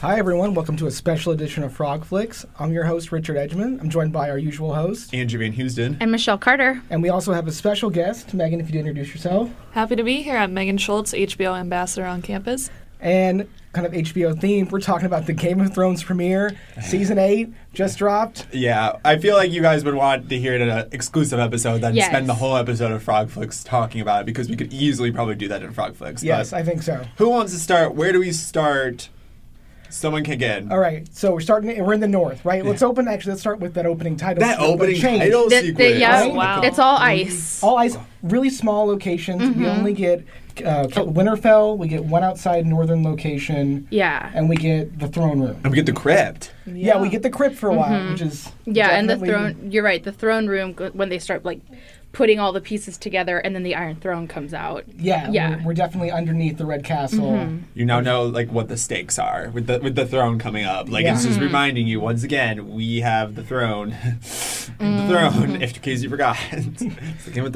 Hi, everyone. Welcome to a special edition of Frog Flicks. I'm your host, Richard Edgman. I'm joined by our usual host. And Jermaine Houston. And Michelle Carter. And we also have a special guest. Megan, if you'd introduce yourself. Happy to be here. I'm Megan Schultz, HBO ambassador on campus. And kind of HBO themed, we're talking about the Game of Thrones premiere, season eight, just dropped. Yeah, I feel like you guys would want to hear it in an uh, exclusive episode than Yes. spend the whole episode of Frog Flicks talking about it because we could easily probably do that in Frog Flicks. but Yes, I think so. who wants to start? Where do we start? Someone can get in. All right, so we're starting. We're in the north, right? Let's open. Actually, let's start with that opening title. That sequence. opening Change. title The- the- sequence. yeah, Oh, wow. It's all ice. All ice, really small locations. We only get uh, Oh. Winterfell. We get one outside northern location, yeah. and we get the throne room. And we get the crypt. Yeah, we get the crypt for a while, which is Mm-hmm. Yeah, and the definitely- throne. You're right. The throne room go- when they start like putting all the pieces together, and then the Iron Throne comes out. Yeah, Yeah. Mm-hmm. We're, we're definitely underneath the Red Castle. You now know like what the stakes are with the with the throne coming up. Like it's Yeah. Mm. just reminding you once again we have the throne, Mm. the throne. If in case you forgot, it's the Game of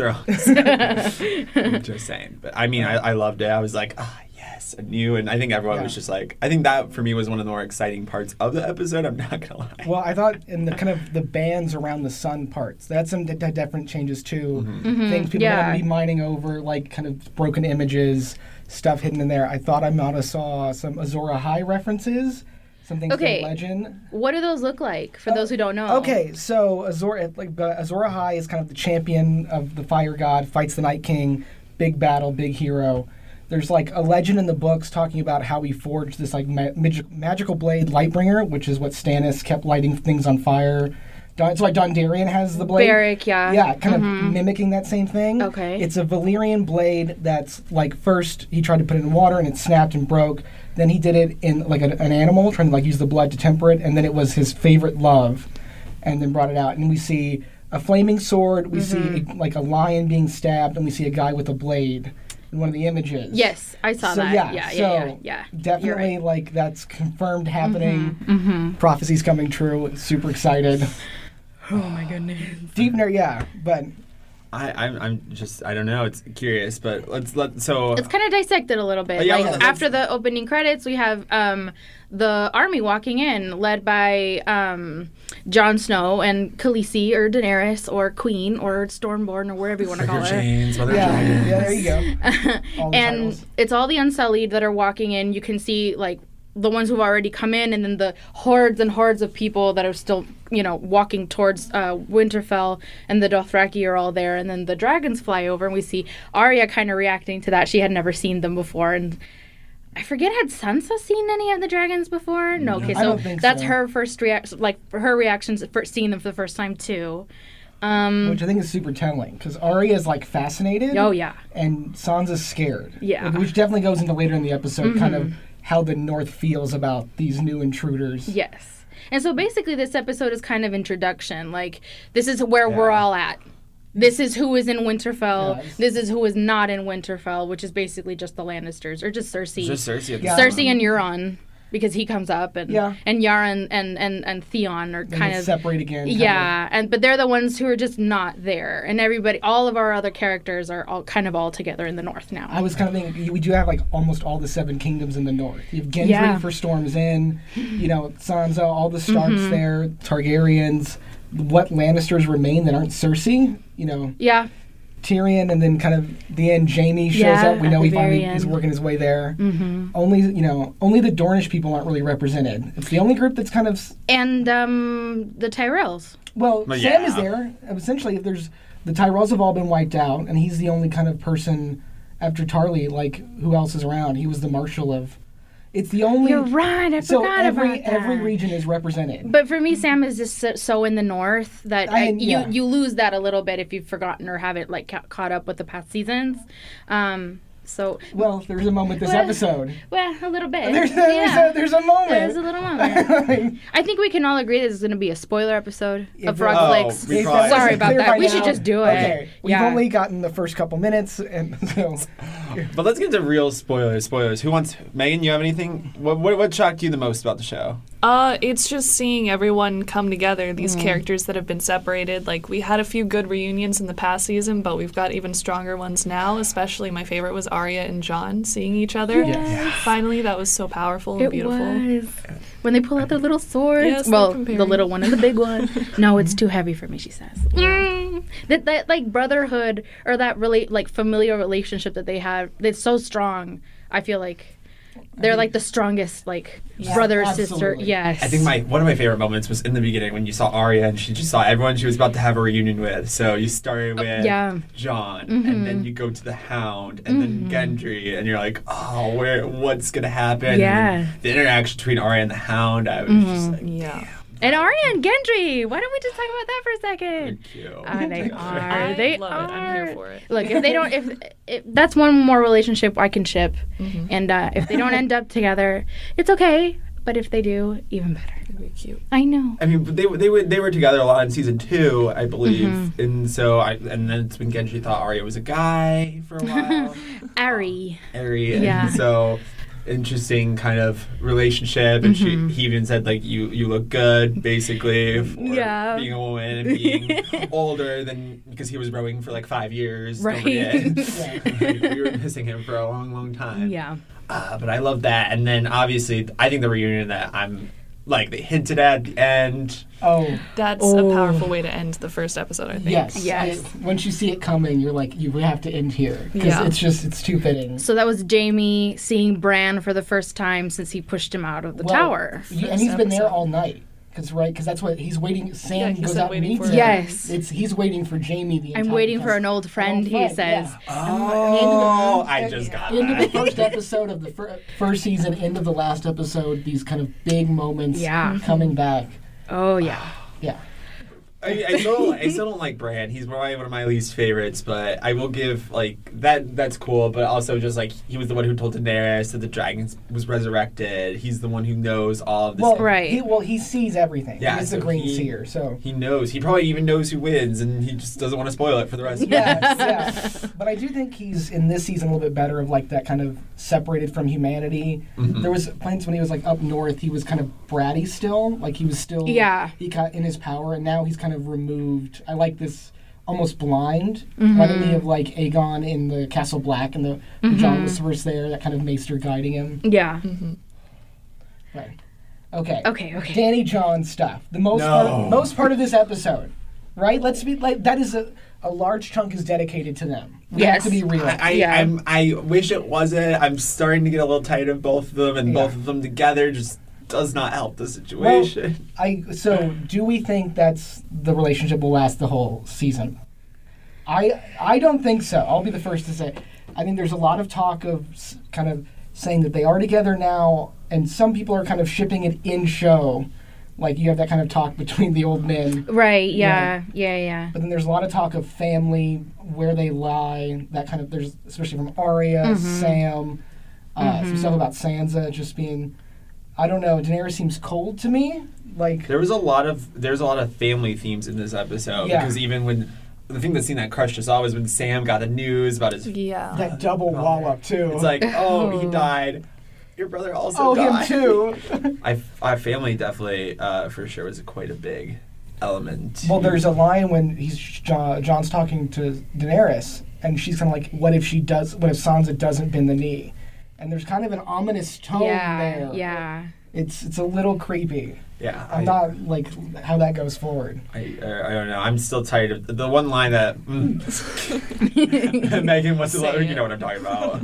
Thrones. just saying, but I mean, I, I loved it. I was like, ah, yes, I knew, and I think everyone Yeah. was just like, I think that for me was one of the more exciting parts of the episode. I'm not gonna lie. Well, I thought in the kind of the bands around the sun parts, that's some d- d- different changes too. Things people Mm-hmm. Yeah. want to be mining over, like kind of broken images, stuff hidden in there. I thought I might have saw some Azora High references, some things Okay. from Legend. What do those look like for those who don't know? Okay, so Azor like uh, Azor High is kind of the champion of the Fire God, fights the Night King, big battle, big hero. There's like a legend in the books talking about how he forged this like ma- magic- magical blade, Lightbringer, which is what Stannis kept lighting things on fire. Don- That's why Dondarrion has the blade. Beric, yeah. Mm-hmm. Yeah, kind of mimicking that same thing. Okay. It's a Valyrian blade that's like first he tried to put it in water and it snapped and broke. Then he did it in like an, an animal, trying to like use the blood to temper it, and then it was his favorite love, and then brought it out. And we see a flaming sword. We Mm-hmm. see like a lion being stabbed, and we see a guy with a blade in one of the images. Yes, I saw So that. yeah, yeah, so yeah, yeah, yeah. You're definitely right. Mm-hmm, like that's confirmed happening. Prophecy's coming true. Super excited. Oh my goodness. Deep nerd, yeah, but I, I'm I'm just I don't know. It's curious, but let's let so It's kind of dissected a little bit. Oh, yeah, like let's- after the opening credits, we have um, the army walking in, led by um, Jon Snow and Khaleesi or Daenerys or Queen or Stormborn or whatever you want to Like call your her. chains, Mother yeah, Dragons. yeah, there you go. All the and titles. it's all the unsullied that are walking in. You can see like the ones who've already come in, and then the hordes and hordes of people that are still, you know, walking towards uh, Winterfell. And the Dothraki are all there, and then the dragons fly over, and we see Arya kind of reacting to that. She had never seen them before, and. I forget had Sansa seen any of the dragons before? No, okay, I so don't think that's so. her first reaction, like her reactions at first seeing them for the first time too. Um, which I think is super telling because Arya is like fascinated. oh yeah, And Sansa's scared. Yeah. Mm-hmm. Like, which definitely goes into later in the episode, kind of how the North feels about these new intruders. Yes. And Hmm. so basically, this episode is kind of introduction. Like, this is where we're Yeah. all at. This is who is in Winterfell. Yes. This is who is not in Winterfell, which is basically just the Lannisters or just Cersei. Just Cersei. at the Yeah. Cersei and Euron, because he comes up, and Yeah. and Yara and and and, and Theon are And kind they of separate again. kind of. yeah, and but they're the ones who are just not there, and everybody, all of our other characters are all kind of all together in the north now. I was kind of thinking you- we do have like almost all the seven kingdoms in the north. You have Gendry Yeah. for Storm's End, you know Sansa, all the Starks Mm-hmm. there, Targaryens. What Lannisters remain that aren't Cersei? You know yeah, Tyrion, and then kind of the end, Jamie shows Yeah, up. We at know the he finally very is end. Mm-hmm. working his way there. Only you know, only the Dornish people aren't really represented. It's the only group that's kind of s- and um, the Tyrells. well, Well, Sam yeah. is there. Essentially, if there's the Tyrells have all been wiped out, and he's the only kind of person after Tarly. Like who else is around? He was the marshal of. It's the only. You're right. I so forgot every about that. every region is represented. But for me, Sam is just so, so in the north that I I mean, yeah. you you lose that a little bit if you've forgotten or haven't like ca- caught up with the past seasons. Um, so well, there's a moment this Well, episode. well, a little bit. There's a, there's yeah. a, there's a moment. There's a little moment. I think we can all agree this is going to be a spoiler episode of Frog Oh, Flicks. we If probably- that wasn't Sorry about clear that. by We should now- just do it. Okay, we've Yeah. only gotten the first couple minutes, and so But let's get into real spoilers. Spoilers. Who wants? Megan, you have anything? What, what what shocked you the most about the show? Uh, it's just seeing everyone come together, these characters that have been separated. Like, we had a few good reunions in the past season, but we've got even stronger ones now, especially my favorite was Arya and John seeing each other. Yes. Yes. Finally, that was so powerful and It beautiful. was. When they pull out their little swords. Yes, they're well, the comparing. little one and the big one. no, it's too heavy for me, she says. Mm. That, that like brotherhood or that really like familial relationship that they have, that's so strong. I feel like they're like the strongest like brother sister. absolutely. Yes. I think my one of my favorite moments was in the beginning when you saw Arya and she just saw everyone she was about to have a reunion with. So you started with Oh, yeah. Mm-hmm. John, and then you go to the Hound, and then Gendry, and you're like, oh, where? What's gonna happen? And Yeah. Mm-hmm. the interaction between Arya and the Hound, I was just like, Yeah. and Arya and Gendry. Why don't we just talk about that for a second? thank you. Ah, they are. I they love are. it. I'm here for it. Look, if they don't, if, if that's one more relationship I can ship, and uh, if they don't end up together, it's okay. But if they do, even better. It'd be cute. I know. I mean, but they they were they were together a lot in season two, I believe, Mm-hmm. and so I and then it's when Genji thought Arya was a guy for a while, Ari. Ari, and Yeah. so interesting kind of relationship, and Mm-hmm. she he even said like you you look good basically for Yeah. being a woman and being older than because he was rowing for like five years, don't Right. forget. Like, we were missing him for a long long time, Yeah. uh, but I love that, and then obviously I think the reunion that I'm like they hinted at the end. Oh, That's Oh. a powerful way to end the first episode, I think. yes. Yes. I- once you see it coming, you're like, you we have to end here. Because Yeah. it's just, it's too fitting. So that was Jamie seeing Bran for the first time since he pushed him out of the Well, tower. you- and First he's been there episode. all night. Because, right, because that's what he's waiting. Yeah, Sam he goes said out and waiting meets for him. him. Yes. It's, he's waiting for Jamie the I'm entire waiting for time. an old friend, he yeah. says. Oh, And- I and- just got End of the that. first episode of the fir- first season, end of the last episode, these kind of big moments Yeah. coming back. Oh, yeah. Yeah. I, I, still, I still don't like Bran. He's probably one of my least favorites, but I will give like that. That's cool, but also just like he was the one who told Daenerys that the dragon was resurrected. He's the one who knows all of this. Well, Right. He, well, he sees everything. Yeah, he's so the Green he- Seer, so. He knows. He probably even knows who wins, and he just doesn't want to spoil it for the rest. of us. Yeah, yeah. But I do think he's in this season a little bit better of like that kind of separated from humanity. Mm-hmm. There was points when he was like up north, he was kind of bratty still, like he was still Yeah. he got in his power, and now he's kind of removed. I like this almost blind, Mm-hmm. reminding me of like Aegon in the Castle Black and the, the John Whispers there, that kind of maester guiding him. Yeah. Right. Okay. Okay, okay. Danny John stuff. The most No. part, most part of this episode, right? Let's be like that is a, a large chunk is dedicated to them. We have Yes. to be real. I, I, Yeah. I'm, I wish it wasn't. I'm starting to get a little tired of both of them, and both of them together just does not help the situation. I so do we think that's the relationship will last the whole season? I I don't think so. I'll be the first to say. I think there's a lot of talk of s- kind of saying that they are together now, and some people are kind of shipping it in show, like you have that kind of talk between the old men. Right. Yeah. Yeah. Yeah. But then there's a lot of talk of family, where they lie, that kind of. There's especially from Arya, Mm-hmm. Sam, uh, some stuff about Sansa just being. I don't know. Daenerys seems cold to me. Like There was a lot of there's a lot of family themes in this episode Yeah. because even when the thing that scene that crushed us all was when Sam got the news about his. Yeah. That double wall up too. It's like, oh, he died. Your brother also oh, him died. too. I, our family definitely, uh, for sure, was quite a big element. well, there's a line when he's John, John's talking to Daenerys, and she's kind of like, "What if she does? What if Sansa doesn't bend the knee?" And there's kind of an ominous tone Yeah. there. Yeah. It's it's a little creepy. yeah, I'm I- not like how that goes forward. I, I, I don't know. I'm still tired of the one line that mm. Megan wants to Say love. You it. know what I'm talking about.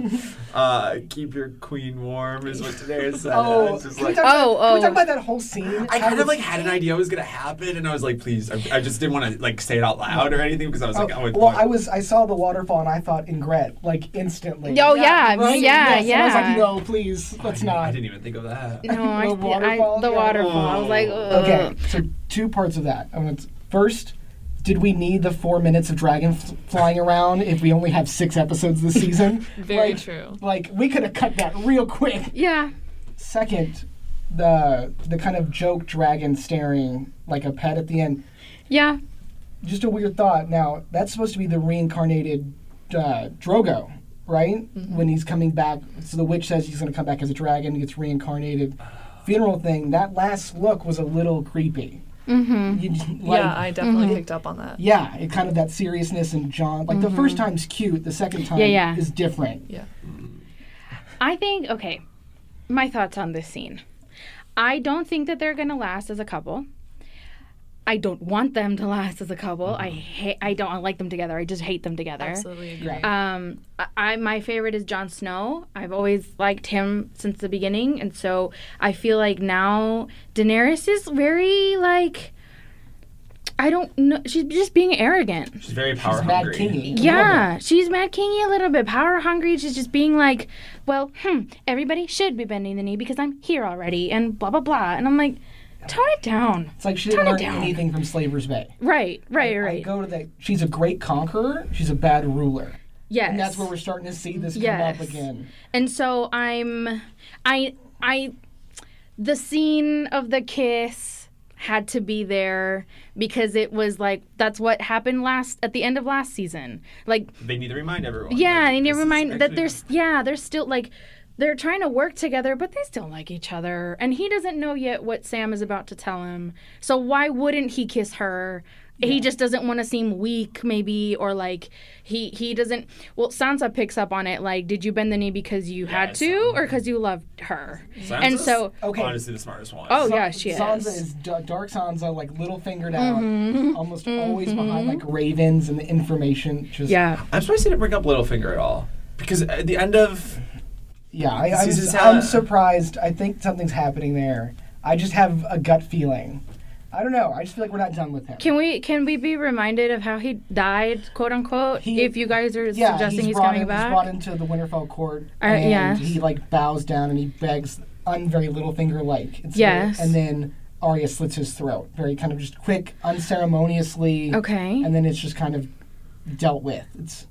Uh, keep your queen warm is what today is said. Oh, It's just can, we like- talk Oh, about, can we oh. talk about that whole scene? I How kind of it's- like had an idea it was gonna happen, and I was like, please, I, I just didn't want to like say it out loud or anything because I was Oh, like, oh, it- well, I was I saw the waterfall and I thought Ingret like instantly. Oh, yeah. Yeah. Yeah. Yes, And I was like, no, please, let's I not. didn't even think of that. No, I, The I, waterfall? the Yeah. waterfall. I was like, Ugh. Okay, so two parts of that. I want- First, did we need the four minutes of dragon f- flying around if we only have six episodes this season? Very like, true. Like we could have cut that real quick. Yeah. Second, the the kind of joke dragon staring like a pet at the end. Yeah. Just a weird thought. Now that's supposed to be the reincarnated uh, Drogo, Mm-hmm. right? When he's coming back, so the witch says he's going to come back as a dragon. He gets reincarnated. funeral thing, that last look was a little creepy. Mm-hmm. You just, like, yeah, I definitely Mhm. picked up on that. yeah, it kind of that seriousness and John. Like the first time's cute, the second time Mm-hmm. Yeah, yeah. is different. I think okay. My thoughts on this scene. I don't think that they're gonna last as a couple. I don't want them to last as a couple. I hate. I don't like them together. I just hate them together. Absolutely agree. Yeah. Um, I- I my favorite is Jon Snow. I've always liked him since the beginning, and so I feel like now Daenerys is very like. I don't know. She's just being arrogant. She's very power She's mad hungry. kingy. Yeah, she's mad kingy a little bit, power hungry. She's just being like, well, hmm, everybody should be bending the knee because I'm here already, and blah blah blah. And I'm like, tone it down. It's like she didn't Turn it learn down. anything from Slaver's Bay. Right, right, I right. go to that. She's a great conqueror. She's a bad ruler. yes, And that's where we're starting to see this Yes. come up again. And so I'm, I, I, the scene of the kiss had to be there because it was like that's what happened last at the end of last season. Like They need to remind everyone. Yeah, like, and you this is remind that actually- there's yeah, they're still like they're trying to work together, but they still like each other. And he doesn't know yet what Sam is about to tell him. So why wouldn't he kiss her? He just doesn't want to seem weak, maybe, or like he he doesn't. Well, Sansa picks up on it. Like, did you bend the knee because you had it's to, or because you loved her? And Sansa's so, Okay. honestly the smartest one. oh Sa- yeah, she Sansa is. Mm-hmm. is da- dark Sansa, like little fingered out, almost always behind like ravens and the information. Just, Yeah, I'm surprised they didn't bring up Littlefinger at all. Because at the end of yeah. I, I'm, Season I'm seven. surprised. I think something's happening there. I just have a gut feeling. I don't know. I just feel like we're not done with him. can we can we be reminded of how he died, quote unquote? He- if you guys are yeah, suggesting he's, brought coming in- back, He's brought into the Winterfell court, Uh, and yeah. he like bows down and he begs on very little finger like. It's very- Yes. and then Arya slits his throat, very kind of just quick, unceremoniously. okay. And then it's just kind of dealt with. It's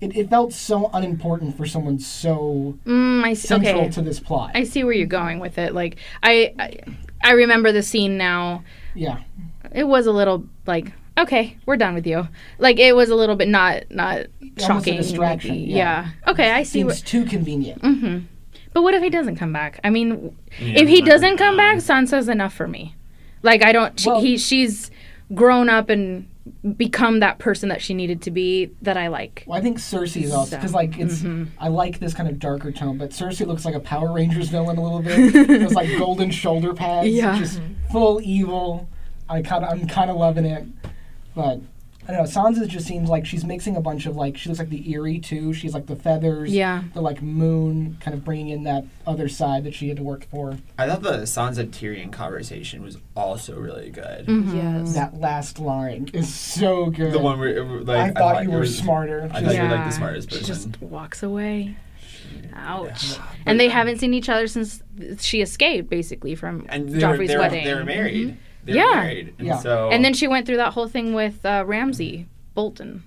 it, it felt so unimportant for someone so Mm, I see. central Okay. to this plot. I see where you're going with it. Like I, I, I remember the scene now. yeah, It was a little like, okay, we're done with you. Like it was a little bit not not shocking. maybe. distraction, yeah. Okay, I see. seems What, too convenient. but what if he doesn't come back? I mean, w- Yeah, if he not gonna doesn't come back, Sansa's enough for me. Like I don't. She, Well- he she's grown up and become that person that she needed to be that I like. Well, I think Cersei is also because like it's Mm-hmm. I like this kind of darker tone, but Cersei looks like a Power Rangers villain a little bit. Those like golden shoulder pads, Yeah. just full evil. I kind of I'm kind of loving it, but I don't know. Sansa just seems like she's mixing a bunch of like she looks like the eerie too. She's like the feathers, Yeah. the like moon, kind of bringing in that other side that she had to work for. I thought the Sansa Tyrion conversation was also really good. Mm-hmm. Yes. That last line is so good. The one where like I thought you it were was- smarter. I Just- thought you were like the smartest She person. just walks away. Ouch. And they haven't seen each other since she escaped, basically, from and they were, Joffrey's they were, wedding. Mm-hmm. they were married. They Yeah. were married. And Yeah. so And then she went through that whole thing with uh, Ramsey Bolton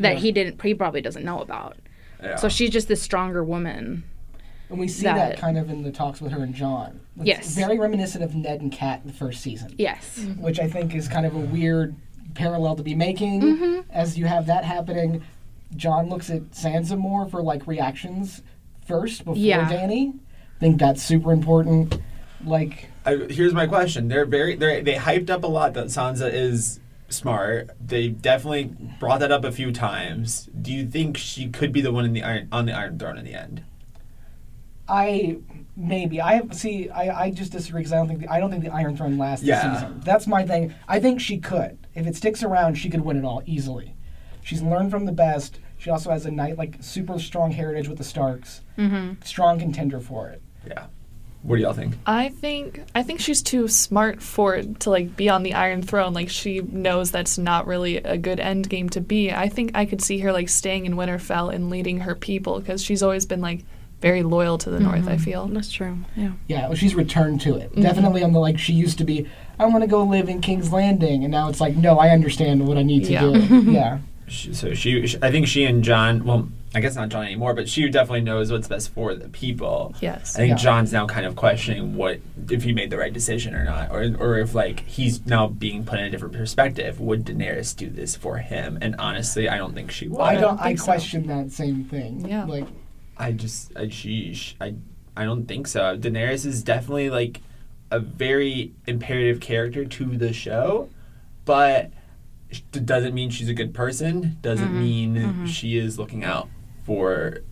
that Yeah. he didn't, he probably doesn't know about. yeah. So she's just this stronger woman. And we see that. that- kind of in the talks with her and John. It's Yes. Very reminiscent of Ned and Kat in the first season, Yes. which I think is kind of a weird parallel to be making. Mm-hmm. As you have that happening, John looks at Sansa more for like reactions first before Yeah. Danny. I think that's super important. Like, I, here's my question: They're very they they hyped up a lot that Sansa is smart. They definitely brought that up a few times. Do you think she could be the one in the iron on the Iron Throne in the end? I maybe I have see I, I just disagree because I don't think the, I don't think the Iron Throne lasts Yeah. this season. That's my thing. I think she could if it sticks around, she could win it all easily. She's learned from the best. She also has a night like super strong heritage with the Starks, mm-hmm. strong contender for it. Yeah. What do y'all think? I think I think she's too smart for it to like be on the Iron Throne. Like she knows that's not really a good end game to be. I think I could see her like staying in Winterfell and leading her people because she's always been like very loyal to the North. Mm-hmm. I feel. That's true. Yeah. Yeah, well, she's returned to Mm-hmm. it. Definitely on the like she used to be. I want to go live in King's Landing, and now it's like no, I understand what I need to Yeah. do. yeah, She, so she, sh I think she and John. Well, I guess not John anymore, but she definitely knows what's best for the people. I Yes. think Yeah. John's now kind of questioning what if he made the right decision or not, or or if like he's now being put in a different perspective. Would Daenerys do this for him? And honestly, I don't think she would. I don't. don't I, think so. question that same thing. Yeah. like I just, I, she, sh I, I don't think so. Daenerys is definitely like a very imperative character to the show, but sh- doesn't mean she's a good person. Doesn't Mm-hmm. mean she is looking out for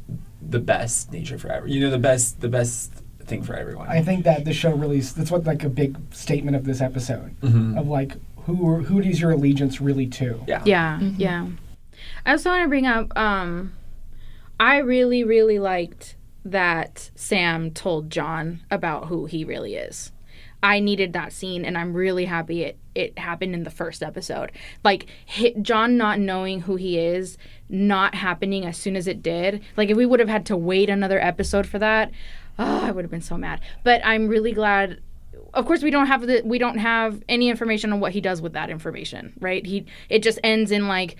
the best nature for every. You know, the best the best thing for everyone. I think that the show really s- that's what like a big statement of this episode of like who who is your allegiance really to? yeah. Yeah, yeah. I also want to bring up um I really really liked that Sam told John about who he really is. I needed that scene and I'm really happy it it happened in the first episode. Like hi John not knowing who he is not happening as soon as it did. Like if we would have had to wait another episode for that, oh, I would have been so mad. But I'm really glad of course we don't have the we don't have any information on what he does with that information right he it just ends in like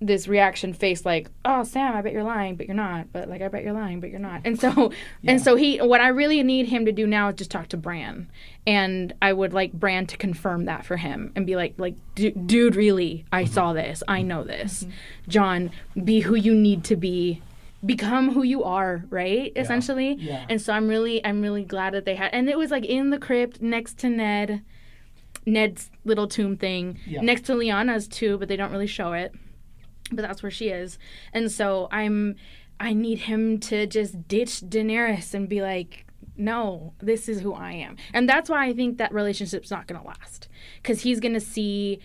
this reaction face like oh sam i bet you're lying but you're not but like i bet you're lying but you're not and so and so he what i really need him to do now is just talk to bran and i would like bran to confirm that for him and be like like "Du- dude really i Mm-hmm. saw this i know this john be who you need to be become who you are right essentially Yeah. and so i'm really i'm really glad that they had and it was like in the crypt next to ned ned's little tomb thing Yeah. next to liana's too but they don't really show it but that's where she is and so i'm i need him to just ditch daenerys and be like no this is who i am and that's why i think that relationship's not going to last because he's going to see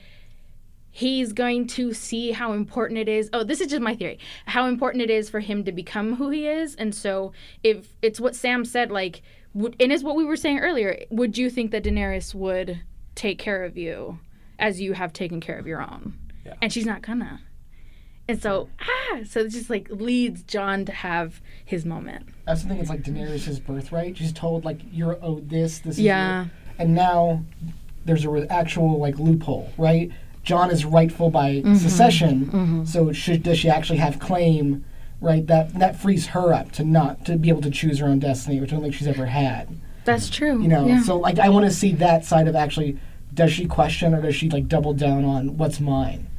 he's going to see how important it is. Oh, this is just my theory. How important it is for him to become who he is. And so, if it's what Sam said, like, would, and it's what we were saying earlier, would you think that Daenerys would take care of you as you have taken care of your own? Yeah. And she's not gonna. And so, ah, so it just like leads John to have his moment. I also think it's like Daenerys' birthright. She's told like you're owed this, this Yeah. is your, and now there's a re- actual like loophole, right? John is rightful by secession, so should, does she actually have claim? Right, that that frees her up to not to be able to choose her own destiny, which I don't think she's ever had. That's true. You know, yeah. so like I want to see that side of actually, does she question or does she like double down on what's mine?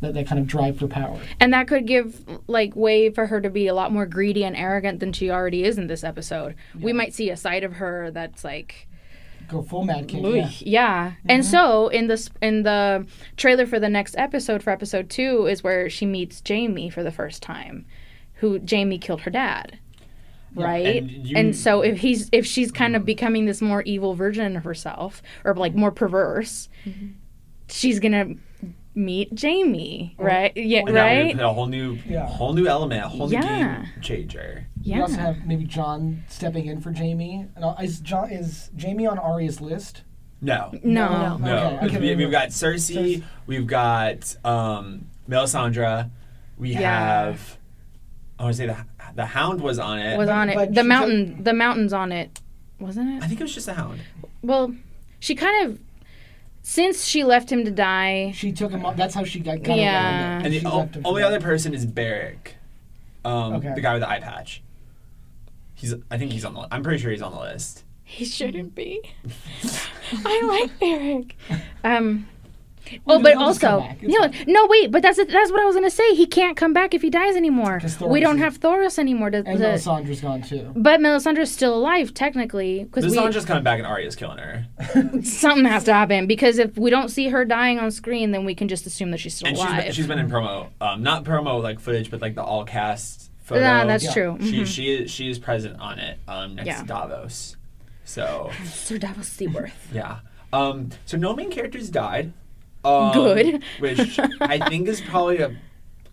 That that kind of drive for power. And that could give like way for her to be a lot more greedy and arrogant than she already is in this episode. We might see a side of her that's like Go full Mad King. Ooh, Yeah. yeah. Mm-hmm. And so in the s- in the trailer for the next episode for episode 2 is where she meets Jamie for the first time, who Jamie killed her dad. Right? And And, you- so if he's if she's kind of becoming this more evil version of herself or like more perverse, Mm-hmm. she's going to meet Jamie, right? Yeah, And that would right? put a whole new, Yeah. whole new element, a whole new Yeah. game changer. You Yeah. also have maybe John stepping in for Jamie. And I'll- is John is Jamie on Arya's list? No, No. No. no. Okay, okay, we, we- we've got Cersei. We've got um, Melisandre. We Yeah. have. I want to say the the Hound was on it. was on but it. The she mountain, the mountain's on it, wasn't I it? think it was just the Hound. Well, she kind of since she left him to die. She took him. off. That's how she got. got Yeah. Around it. And the She o- left him for only that. other person is Barrick, um, Okay. the guy with the eye patch. He's. I think he's on the. I'm pretty sure he's on the list. He shouldn't be. I like Eric. Um. Oh, but he'll just come also back. It's no, no, wait. But that's that's what I was gonna say. He can't come back if he dies anymore. 'Cause Thoros We don't is- have Thoros anymore. To, And to- Melisandre's gone too. but Melisandre's still alive technically because This we, one just coming back and Arya's killing her, something has to happen. Because if we don't see her dying on screen, then we can just assume that she's still and she's alive. been, she's been in promo. Um, not promo like footage, but like the all cast photo. Nah, that's Yeah. true. Mm-hmm. She she is she is present on it um, next Yeah. to Davos. So Sir Davos Seaworth. yeah. Um, so no main characters died. Um, Good. which I think is probably a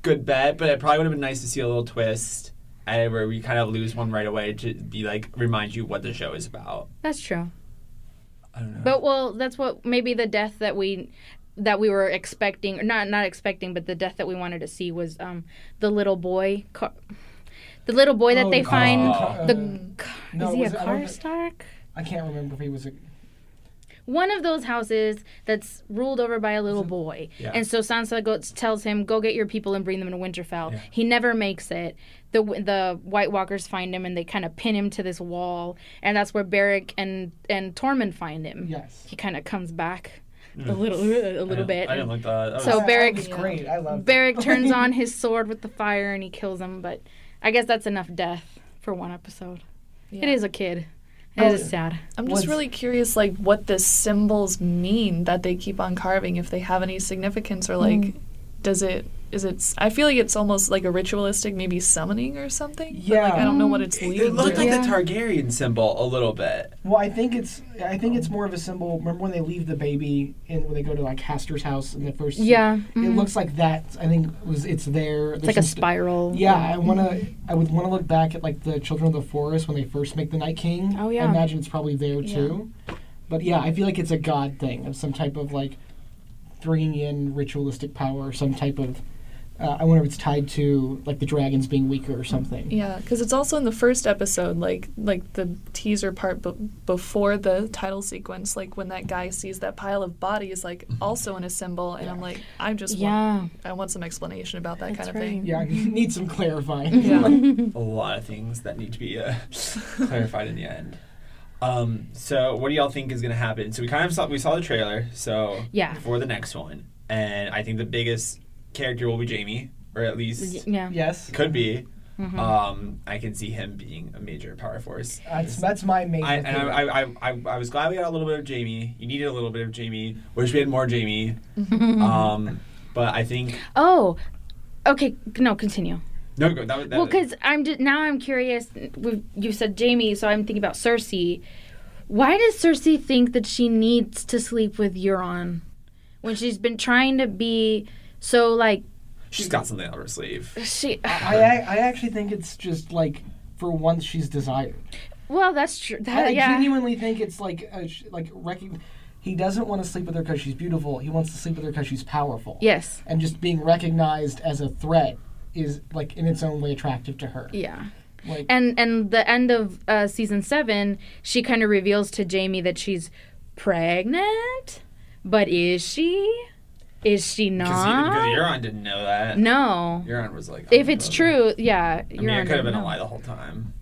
good bet, but it probably would have been nice to see a little twist eh, where we kind of lose one right away to be like remind you what the show is about. That's true. I don't know. But well, that's what maybe the death that we that we were expecting, or not not expecting, but the death that we wanted to see was um the little boy, Car- the little boy that Oh, they the- find. Car- the uh, Car- no, is he a was it- I don't know. Karstark? I can't remember if he was. A, One of those houses that's ruled over by a little boy, Yeah. and so Sansa goes, tells him, "Go get your people and bring them to Winterfell." Yeah. He never makes it. The the White Walkers find him, and they kind of pin him to this wall, and that's where Beric and and Tormund find him. yes. he kind of comes back Mm. a little a I little didn't- bit. I didn't like that. That So was- Barrack- It's great. I love. Barrick turns on his sword with the fire and he kills him, but I guess that's enough death for one episode. Yeah. It is a kid. Oh, It is sad. I'm just What's- really curious, like what the symbols mean that they keep on carving, if they have any significance, or like, Mm. does it is it? s- I feel like it's almost like a ritualistic, maybe summoning or something. but, like, Yeah. I don't know what it's Mm. It leading looked to. like Yeah. the Targaryen symbol a little bit. Well, I think it's I think it's more of a symbol. Remember when they leave the baby and when they go to like Haster's house in the first? Yeah, It mhm. looks like that. I think it was it's there. It's like a spiral. Yeah, I wanna. I would wanna look back at like the Children of the Forest when they first make the Night King. Oh, yeah. I imagine it's probably there Yeah. too. But yeah, I feel like it's a god thing of some type of like bringing in ritualistic power, or some type of. Uh, I wonder if it's tied to like the dragons being weaker or something. Yeah, because it's also in the first episode, like like the teaser part b- before the title sequence, like when that guy sees that pile of bodies, like also in a symbol, and I'm like, I just Yeah. want, I want some explanation about that That's kind of thing. right. Yeah, I need some clarifying. Yeah. A lot of things that need to be uh, clarified in the end. Um, so, what do y'all think is going to happen? So, we kind of saw we saw the trailer. So, Yeah. for the next one, and I think the biggest character will be Jamie, or at Y- least Yeah. Mm-hmm. Yes. could be. Um, I can see him being a major power force. That's that's my main. I, and I, I, I, I, I was glad we got a little bit of Jamie. You needed a little bit of Jamie. Wish we had more Jamie. um, but I think Oh. Okay. No. Continue. no. go- That, was- that, Well, was- because I'm just, now I'm curious. We've, you said Jamie, so I'm thinking about Cersei. Why does Cersei think that she needs to sleep with Euron when she's been trying to be so like she's got something up her sleeve. she? uh, I, I actually think it's just like for once she's desired. Well, that's true. I, That, I Uh, yeah. genuinely think it's like a, sh- like recog He doesn't want to sleep with her because she's beautiful. He wants to sleep with her because she's powerful. yes. And just being recognized as a threat is like in its own way attractive to her. Yeah. Like- and and the end of uh, season seven, she kind of reveals to Jamie that she's pregnant, but is she? Is she Because Euron not? didn't know that. no. Euron was like, If oh, it's no. true, yeah. I mean, it could have been a lie the whole time.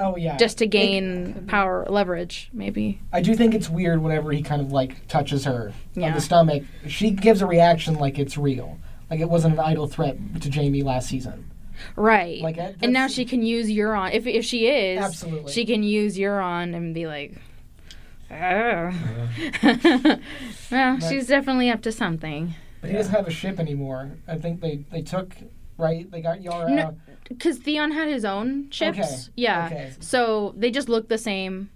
Oh yeah. just to gain power leverage maybe I do think it's weird whenever he kind of like touches her on Yeah. the stomach. She gives a reaction like it's real. Like it wasn't an idle threat to Jamie last season. right Like, that- and now that's- she can use euron if, if she is Absolutely. she can use euron and be like oh well she's definitely up to something But he doesn't have a ship anymore. I think they they took right. They got Yara. No, because theon had his own ships Okay, yeah okay. so they just look the same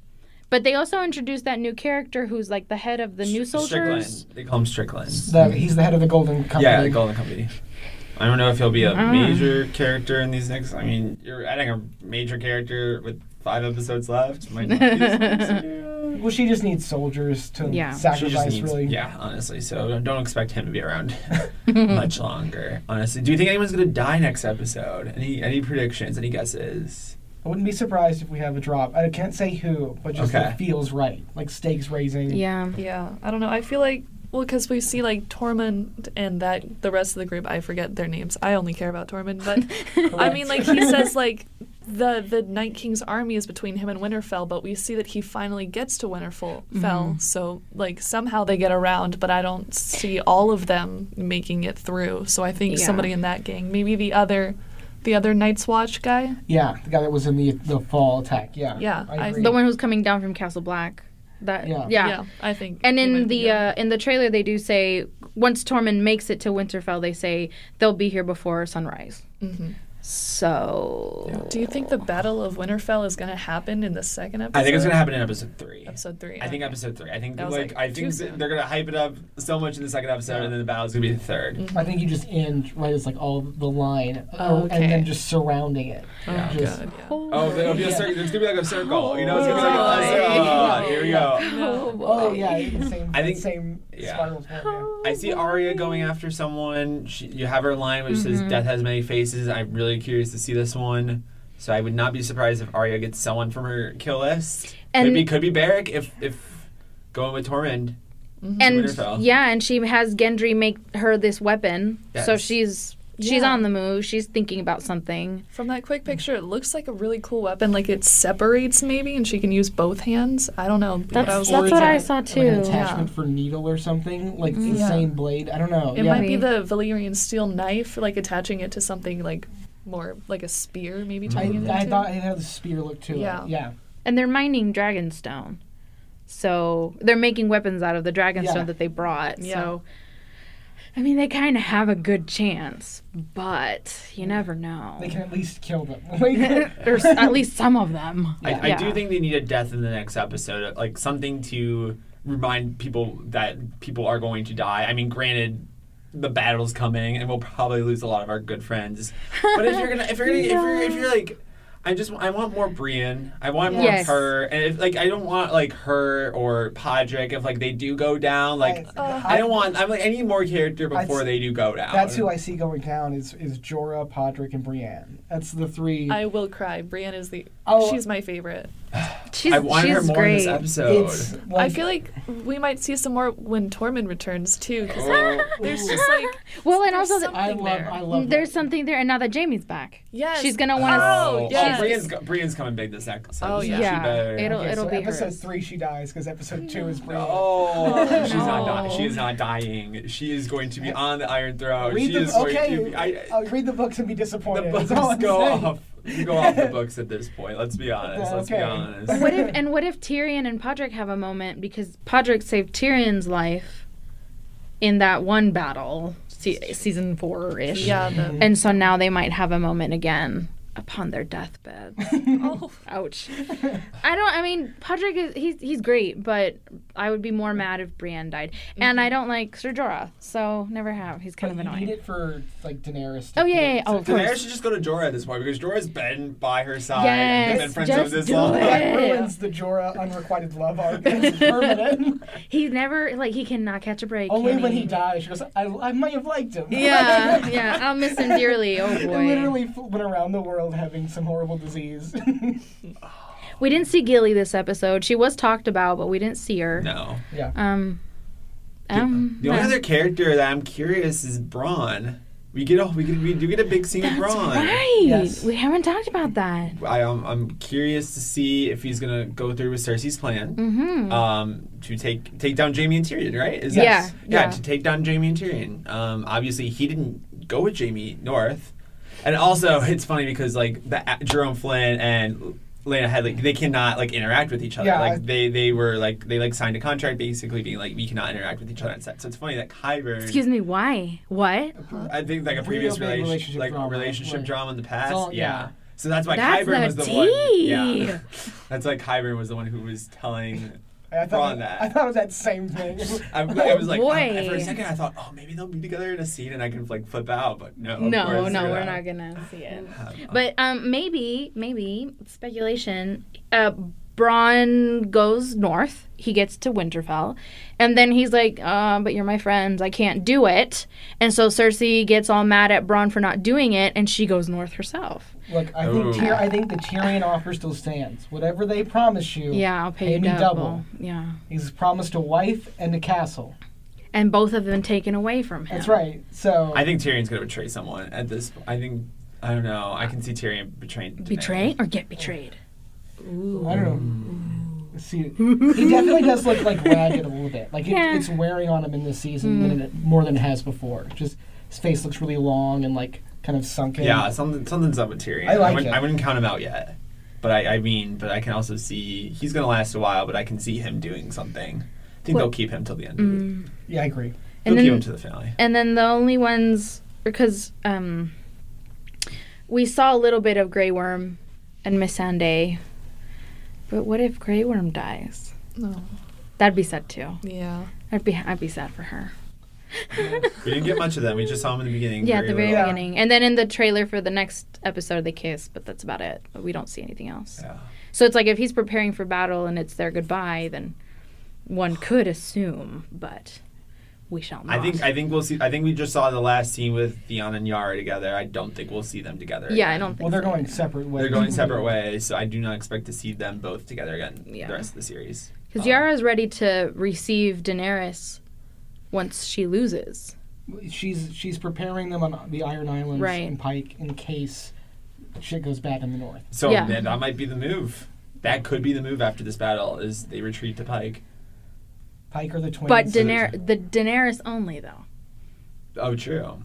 but they also introduced that new character who's like the head of the new soldiers Strickland. They call him Strickland. The, he's the head of the Golden Company. Yeah, the Golden Company. I don't know if he'll be a Mm. major character in these next. I mean, you're adding a major character with five episodes left. Might not be this next year. Well, she just needs soldiers to Yeah. She She sacrifice, just needs, really. yeah, honestly. So don't- don't expect him to be around much longer. Honestly, do you think anyone's gonna die next episode? Any any predictions? Any guesses? I wouldn't be surprised if we have a drop. I can't say who, but just Okay. it feels right. Like stakes raising. yeah Yeah, I don't know. I feel like well, because we see like Tormund and that the rest of the group. I forget their names. I only care about Tormund, but I mean, like he says, like the the Night King's army is between him and Winterfell, but we see that he finally gets to Winterfell. So like somehow they get around, but I don't see all of them making it through. So I think Yeah. somebody in that gang, maybe the other. The other Night's Watch guy, Yeah, the guy that was in the the fall attack. Yeah. Yeah, I- I agree. the one who's coming down from castle black that Yeah. yeah, yeah. I think. And he in might be the good. uh, in the trailer, they do say once Tormund makes it to Winterfell, they say they'll be here before sunrise. Mm-hmm. So do you think the Battle of Winterfell is going to happen in the second episode? I think it's gonna happen in episode three. Episode three. I think okay. episode three. I think That was, like, like, I too think soon. they're gonna hype it up so much in the second episode, and then the battle's gonna be the 3rd Mm-hmm. I think you just end right as like all the line, Oh, and okay. then just surrounding it. Oh, Just- God, yeah. Oh, it'll be a circle. There's gonna be like a circle. You know, it's gonna be like a circle. Here we go. Oh yeah, the same. I think- same yeah. spiral form, yeah. I see Arya going after someone. She, you have her line which Mm-hmm. says "Death has many faces." I'm really curious to see this one. So I would not be surprised if Arya gets someone from her kill list. could And- be could be Barrack if if going with Tormund. and Winterfell. yeah, and she has Gendry make her this weapon, so Yes. she's she's Yeah. on the move. She's thinking about something. From that quick picture, it looks like a really cool weapon. Like it separates maybe, and she can use both hands. I don't know. That's I was that's looking what I at. saw Like an too. attachment for needle or something, like the Mm-hmm. Yeah. same blade. I don't know. It yeah. might be the Valyrian steel knife, like attaching it to something like more like a spear, maybe. I, tying it Mm-hmm. I into. thought it had the spear look to Yeah. it. Yeah. and they're mining dragonstone. So they're making weapons out of the dragonstone Yeah. that they brought. Yeah. So I mean, they kind of have a good chance, but you never know. They can at least kill them. Like, or s- at least some of them. I, I do Yeah. think they need a death in the next episode, like something to remind people that people are going to die. I mean, granted, the battle's coming, and we'll probably lose a lot of our good friends. But if you're gonna, if you're gonna, if you're, if you're like. I just I want more Brienne. I want more Yes. of her, and if, like I don't want like her or Podrick if like they do go down. Like I- Uh, I, don't want. I'm like I need more character I'd before s- they do go down. that's who I see going down is is Jorah, Podrick, and Brienne. That's the three. I will cry. Brienne is the. Oh. she's my favorite. She's, I want her she's more in great. this episode. it's like, I feel like we might see some more when Tormund returns too, because Oh. there's just like well, and there's also, some- th- I something love there. I love there's something there, and now that Jamie's back. yes, She's gonna want to. Oh, yes. Brienne's, go- Brienne's coming big this episode. Oh, so yeah. she Yeah, better- it'll- Okay, it'll so be episode hers. three she dies because episode two is Brienne. Oh, she's not dying. No. She is not dying. She is going to be on the Iron Throne. read she the is okay. going to be. I, I'll read the books and be the disappointed. books That's all I'm go saying. off. You go off the books at this point. Let's be honest. Let's be Okay. honest. What if and what if Tyrion and Podrick have a moment because Podrick saved Tyrion's life in that one battle, se- season four ish. yeah. The, And so now they might have a moment again upon their deathbed. Oh, Ouch. I don't. I mean, Podrick is he's he's great, but I would be more mad if Brienne died, and I don't like Ser Jorah, so never have. He's kind Mm-hmm. But of you need annoying. it for like Daenerys. to Oh yeah, do yeah, it. yeah. oh of Daenerys course. should just go to Jorah at this point because Jorah's been by her side. Yes, They've been friends just for this do long. it. That ruins the Jorah unrequited love arc. It's permanent. He never like he cannot catch a break. Only can when he he dies, she goes, I, I might have liked him. Yeah, yeah. I'll miss him dearly. Oh He boy. literally f- went around the world having some horrible disease. We didn't see Gilly this episode. She was talked about, but we didn't see her. No. yeah. Um, um, The only uh, other character that I'm curious is Braun. We get a we get we do get a big scene with Braun. right. Yes. We haven't talked about that. I, um, I'm curious to see if he's gonna go through with Cersei's plan um, to take take down Jamie and Tyrion, right? Is Mm-hmm. Yeah, that- yeah, yeah. to take down Jamie and Tyrion. Um, obviously, he didn't go with Jamie North, and also it's funny because like the Jerome Flynn and Lena had like they cannot like interact with each other. Yeah. Like they they were like they like signed a contract basically being like we cannot interact with each other on set. So it's funny that Kyber. Excuse me. Why? What? I think like a previous big relation- relationship like drama, relationship right. drama in the past. all- yeah. yeah. So that's why That's Kyburn the was the tea. one. Yeah. That's why Kyburn was the one who was telling. I Braun thought, that. I thought it was that same thing. I, I was like, boy. I, for a second, I thought, oh, maybe they'll be together in a scene and I can like flip out, but no. of No, course no, we're not gonna see it. Uh, But um, maybe, maybe speculation. Uh, Braun goes north. He gets to Winterfell, and then he's like, uh, "But you're my friends. I can't do it." And so Cersei gets all mad at Braun for not doing it, and she goes north herself. Look, I Ooh. think, Tyr- I think the Tyrion offer still stands. Whatever they promise you, Yeah, I'll pay, Pay you me double. double. Yeah, he's promised a wife and a castle. and both of them taken away from him. That's right. So I think Tyrion's gonna betray someone at this. I think I don't know. I can see Tyrion betraying. Daenerys. Betray or get betrayed. I don't know. See, he definitely does look like ragged a little bit. Like it, Yeah. Mm. it's wearing on him in this season than it, more than it has before. Just his face looks really long and like kind of sunken. Yeah, something something's up with Tyrion. I like wouldn't, it. I wouldn't count him out yet, but I, I mean, but I can also see he's gonna last a while. But I can see him doing something. I think Well- mm, they'll keep him till the end. Of it. yeah, I agree. They'll keep And then- him to the finale. And then the only ones because um, we saw a little bit of Grey Worm and Missandei. But what if Grey Worm dies? no, That'd be sad too. oh, yeah. I'd be I'd be sad for her. We didn't get much of them. We just saw him in the beginning. Yeah, at the very little. Yeah. beginning. And then in the trailer for the next episode they kiss, but that's about it. But we don't see anything else. Yeah. So it's like if he's preparing for battle and it's their goodbye, then one could assume, but we shall not. I think I think we'll see. I think we just saw the last scene with Theon and Yara together. I don't think we'll see them together. Yeah, I again. don't think Well, they're so. going separate ways. They're going separate ways, so I do not expect to see them both together again. Yeah. The rest of the series. Because Um, Yara is ready to receive Daenerys once she loses. She's she's preparing them on the Iron Islands Right. and Pike in case shit goes bad in the north. So Yeah. then that might be the move. That could be the move after this battle. Is they retreat to Pike? Pike are the twins. But there's- Daener- the Daenerys only though, Oh, true.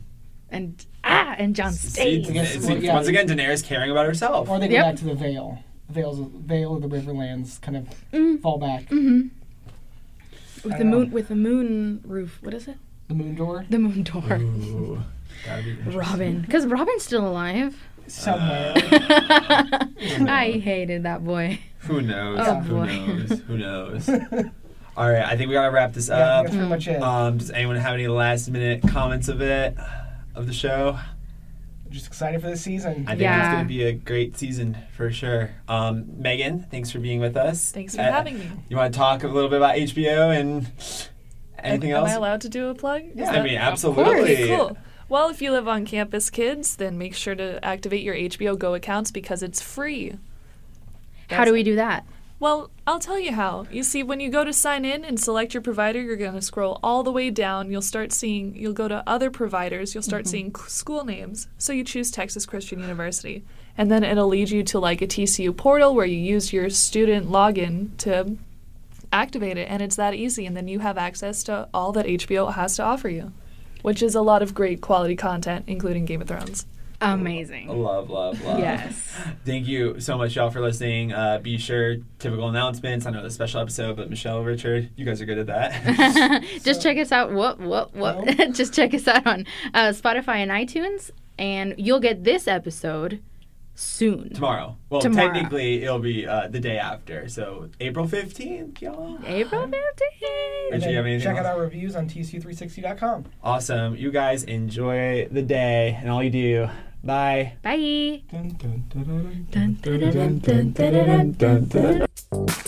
and ah, and Jon See, stays. I guess- see, well, yeah. Once again, Daenerys caring about herself. or they go Yep. back to the Vale. veils of, veil of the riverlands kind of Mm. fall back. Mm-hmm. I With the know. moon, with the moon roof. What is it? The moon door The moon door. Ooh, that'd be interesting. Robin, because Robin's still alive. somewhere. I hated that boy. Who knows? Oh, Who boy. knows? Who knows? All right, I think we gotta wrap this yeah, I think up. that's Mm. pretty much it. Um, does anyone have any last minute comments of it, of the show? Just excited for this season. I think it's Yeah. gonna be a great season for sure. Um, Megan, thanks for being with us. Thanks for Uh, having me. You want to talk a little bit about HBO and anything Am- else? Am I allowed to do a plug? Is Yeah, I that- mean, Okay, absolutely. cool. Well, if you live on campus, kids, then make sure to activate your HBO Go accounts because it's free. How That's- do we do that? Well, I'll tell you how. You see, when you go to sign in and select your provider, you're going to scroll all the way down. You'll start seeing, you'll go to other providers, you'll start seeing c- school names. So you choose Texas Christian University. And then it'll lead you to like a TCU portal where you use your student login to activate it. And it's that easy. And then you have access to all that HBO has to offer you, which is a lot of great quality content, including Game of Thrones. Amazing. Love, love, love. Yes. Thank you so much, y'all, for listening. Uh, be sure, typical announcements. I know the special episode, but Michelle, Richard, you guys are good at that. Just check us out. What? What? What? Just check us out on uh, Spotify and iTunes, and you'll get this episode soon. Tomorrow. Well, Tomorrow. technically, it'll be uh, the day after. So, April 15th, y'all. April Rich, And you 15th. then have anything check else? out our reviews on tcu360.com. Awesome. You guys enjoy the day and all you do. Bye. Bye. Dun, dun, dun, dun, dun. Dun, dun, dun, dun, dun, dun, dun, dun.